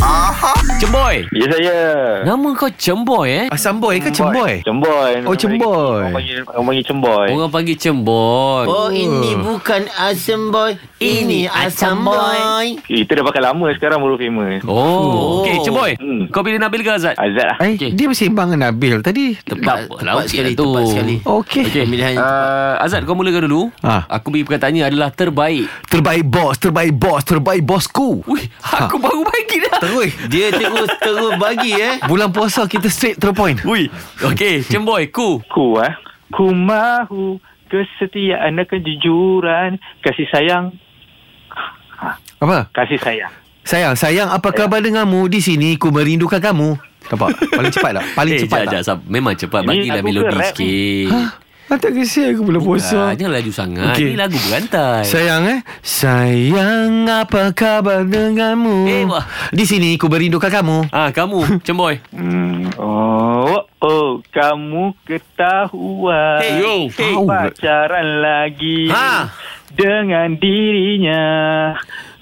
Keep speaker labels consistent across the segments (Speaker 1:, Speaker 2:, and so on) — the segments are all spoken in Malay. Speaker 1: Aha.
Speaker 2: Cemboy
Speaker 3: Ya saya
Speaker 2: Nama kau Cemboy eh
Speaker 4: Asam boy ke cemboy?
Speaker 3: Cemboy
Speaker 4: Oh, Cemboy. Oh.
Speaker 3: Orang panggil, orang panggil Cemboy
Speaker 2: Orang panggil Cemboy
Speaker 5: Oh, ini bukan asam boy. Ini asam boy.
Speaker 3: Eh, Kita dah pakai lama sekarang baru famous
Speaker 2: Oh, okay, Cemboy.
Speaker 3: Hmm.
Speaker 2: Kau pilih Nabil ke Azad?
Speaker 3: Azad lah
Speaker 2: Okey.
Speaker 4: Eh, okay. dia bersembang dengan Nabil tadi.
Speaker 2: Tepat,
Speaker 5: tepat sekali, tepat sekali.
Speaker 4: Okey.
Speaker 2: Okay.
Speaker 5: Pemilihan yang
Speaker 2: Uh, Azad, kau mulakan dulu.
Speaker 4: Ah.
Speaker 2: Aku bagi perkataannya adalah terbaik.
Speaker 4: Terbaik bos, terbaik bos, terbaik bosku.
Speaker 2: Wih, aku baru bagi dah.
Speaker 4: Terus.
Speaker 5: Dia terus terus bagi eh.
Speaker 4: Bulan puasa kita straight to the point.
Speaker 2: Wih. Okay, Cemboy, ku.
Speaker 3: Ku eh Ku mahu Kesetiaan dan kejujuran Kasih sayang
Speaker 4: Apa?
Speaker 3: Kasih sayang
Speaker 4: Sayang, sayang apa
Speaker 2: Ya.
Speaker 4: khabar denganmu? Di sini ku merindukan kamu. Nampak? Paling cepat tak? Paling
Speaker 2: eh,
Speaker 4: cepat
Speaker 2: cepat
Speaker 4: tak?
Speaker 2: jap, jap. Memang cepat.
Speaker 3: Ini
Speaker 2: Bagilah
Speaker 3: lagu ke
Speaker 2: melodi
Speaker 3: rap ni?
Speaker 2: sikit.
Speaker 4: Ah, tak kisah aku bulan
Speaker 2: Ah, jangan laju sangat.
Speaker 4: Okey.
Speaker 2: Ini lagu berantai.
Speaker 4: Sayang eh Sayang apa khabar denganmu
Speaker 2: Eh, wah.
Speaker 4: Di sini ku merindukan kamu
Speaker 2: Ah, kamu, Cemboy.
Speaker 3: hmm. Oh Oh Kamu ketahuan
Speaker 2: Hey, yo.
Speaker 3: hey, Pacaran lagi
Speaker 2: Ha.
Speaker 3: Dengan dirinya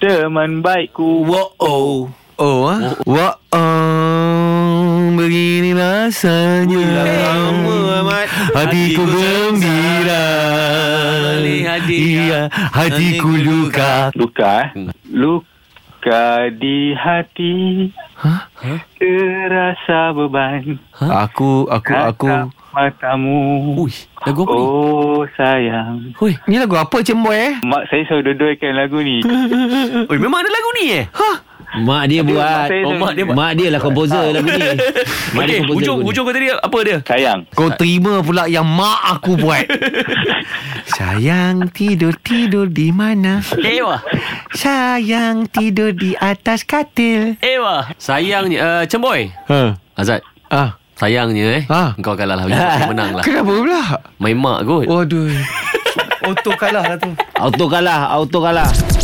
Speaker 3: Teman baikku
Speaker 5: Wow. Oh.
Speaker 4: Oh ah Wah oh, Begini rasanya
Speaker 5: Lama amat.
Speaker 4: Hatiku gembira
Speaker 2: Melihat dia.
Speaker 4: Iya Hatiku
Speaker 5: Hatiku
Speaker 4: luka
Speaker 3: Luka eh? Luka di hati
Speaker 4: Hah?
Speaker 3: Terasa beban
Speaker 4: Ha? Aku Aku Aku
Speaker 3: Tatap Matamu
Speaker 2: Ui, lagu apa ni?
Speaker 3: Oh sayang
Speaker 2: Hui.
Speaker 4: Ni lagu apa Cemboy eh
Speaker 3: Mak saya selalu dodolkan lagu ni
Speaker 2: Oi, memang ada lagu ni eh?
Speaker 5: Ah, Mak dia buat.
Speaker 3: saya
Speaker 2: Oh,
Speaker 3: selalu-
Speaker 2: mak dia buat.
Speaker 5: Mak dia lah komposer lagu ni. Mak dia
Speaker 2: Ah. Okey,
Speaker 5: komposer.
Speaker 2: hujung,
Speaker 5: lagu ni.
Speaker 2: hujung kau tadi apa dia?
Speaker 3: Sayang
Speaker 4: Kau terima pula yang mak aku buat Sayang tidur-tidur di mana
Speaker 2: Ewa.
Speaker 4: Sayang tidur di atas katil.
Speaker 2: Ewa. Sayangnya, uh, Cemboy.
Speaker 4: Ha.
Speaker 2: Azad,
Speaker 4: Ah.
Speaker 2: sayangnya eh.
Speaker 4: Ah.
Speaker 2: Kau kalah lah. Kau menang lah.
Speaker 4: Kenapa pula?
Speaker 2: Main mak kot.
Speaker 4: Waduh. Auto kalah lah tu.
Speaker 5: Auto kalah, auto kalah.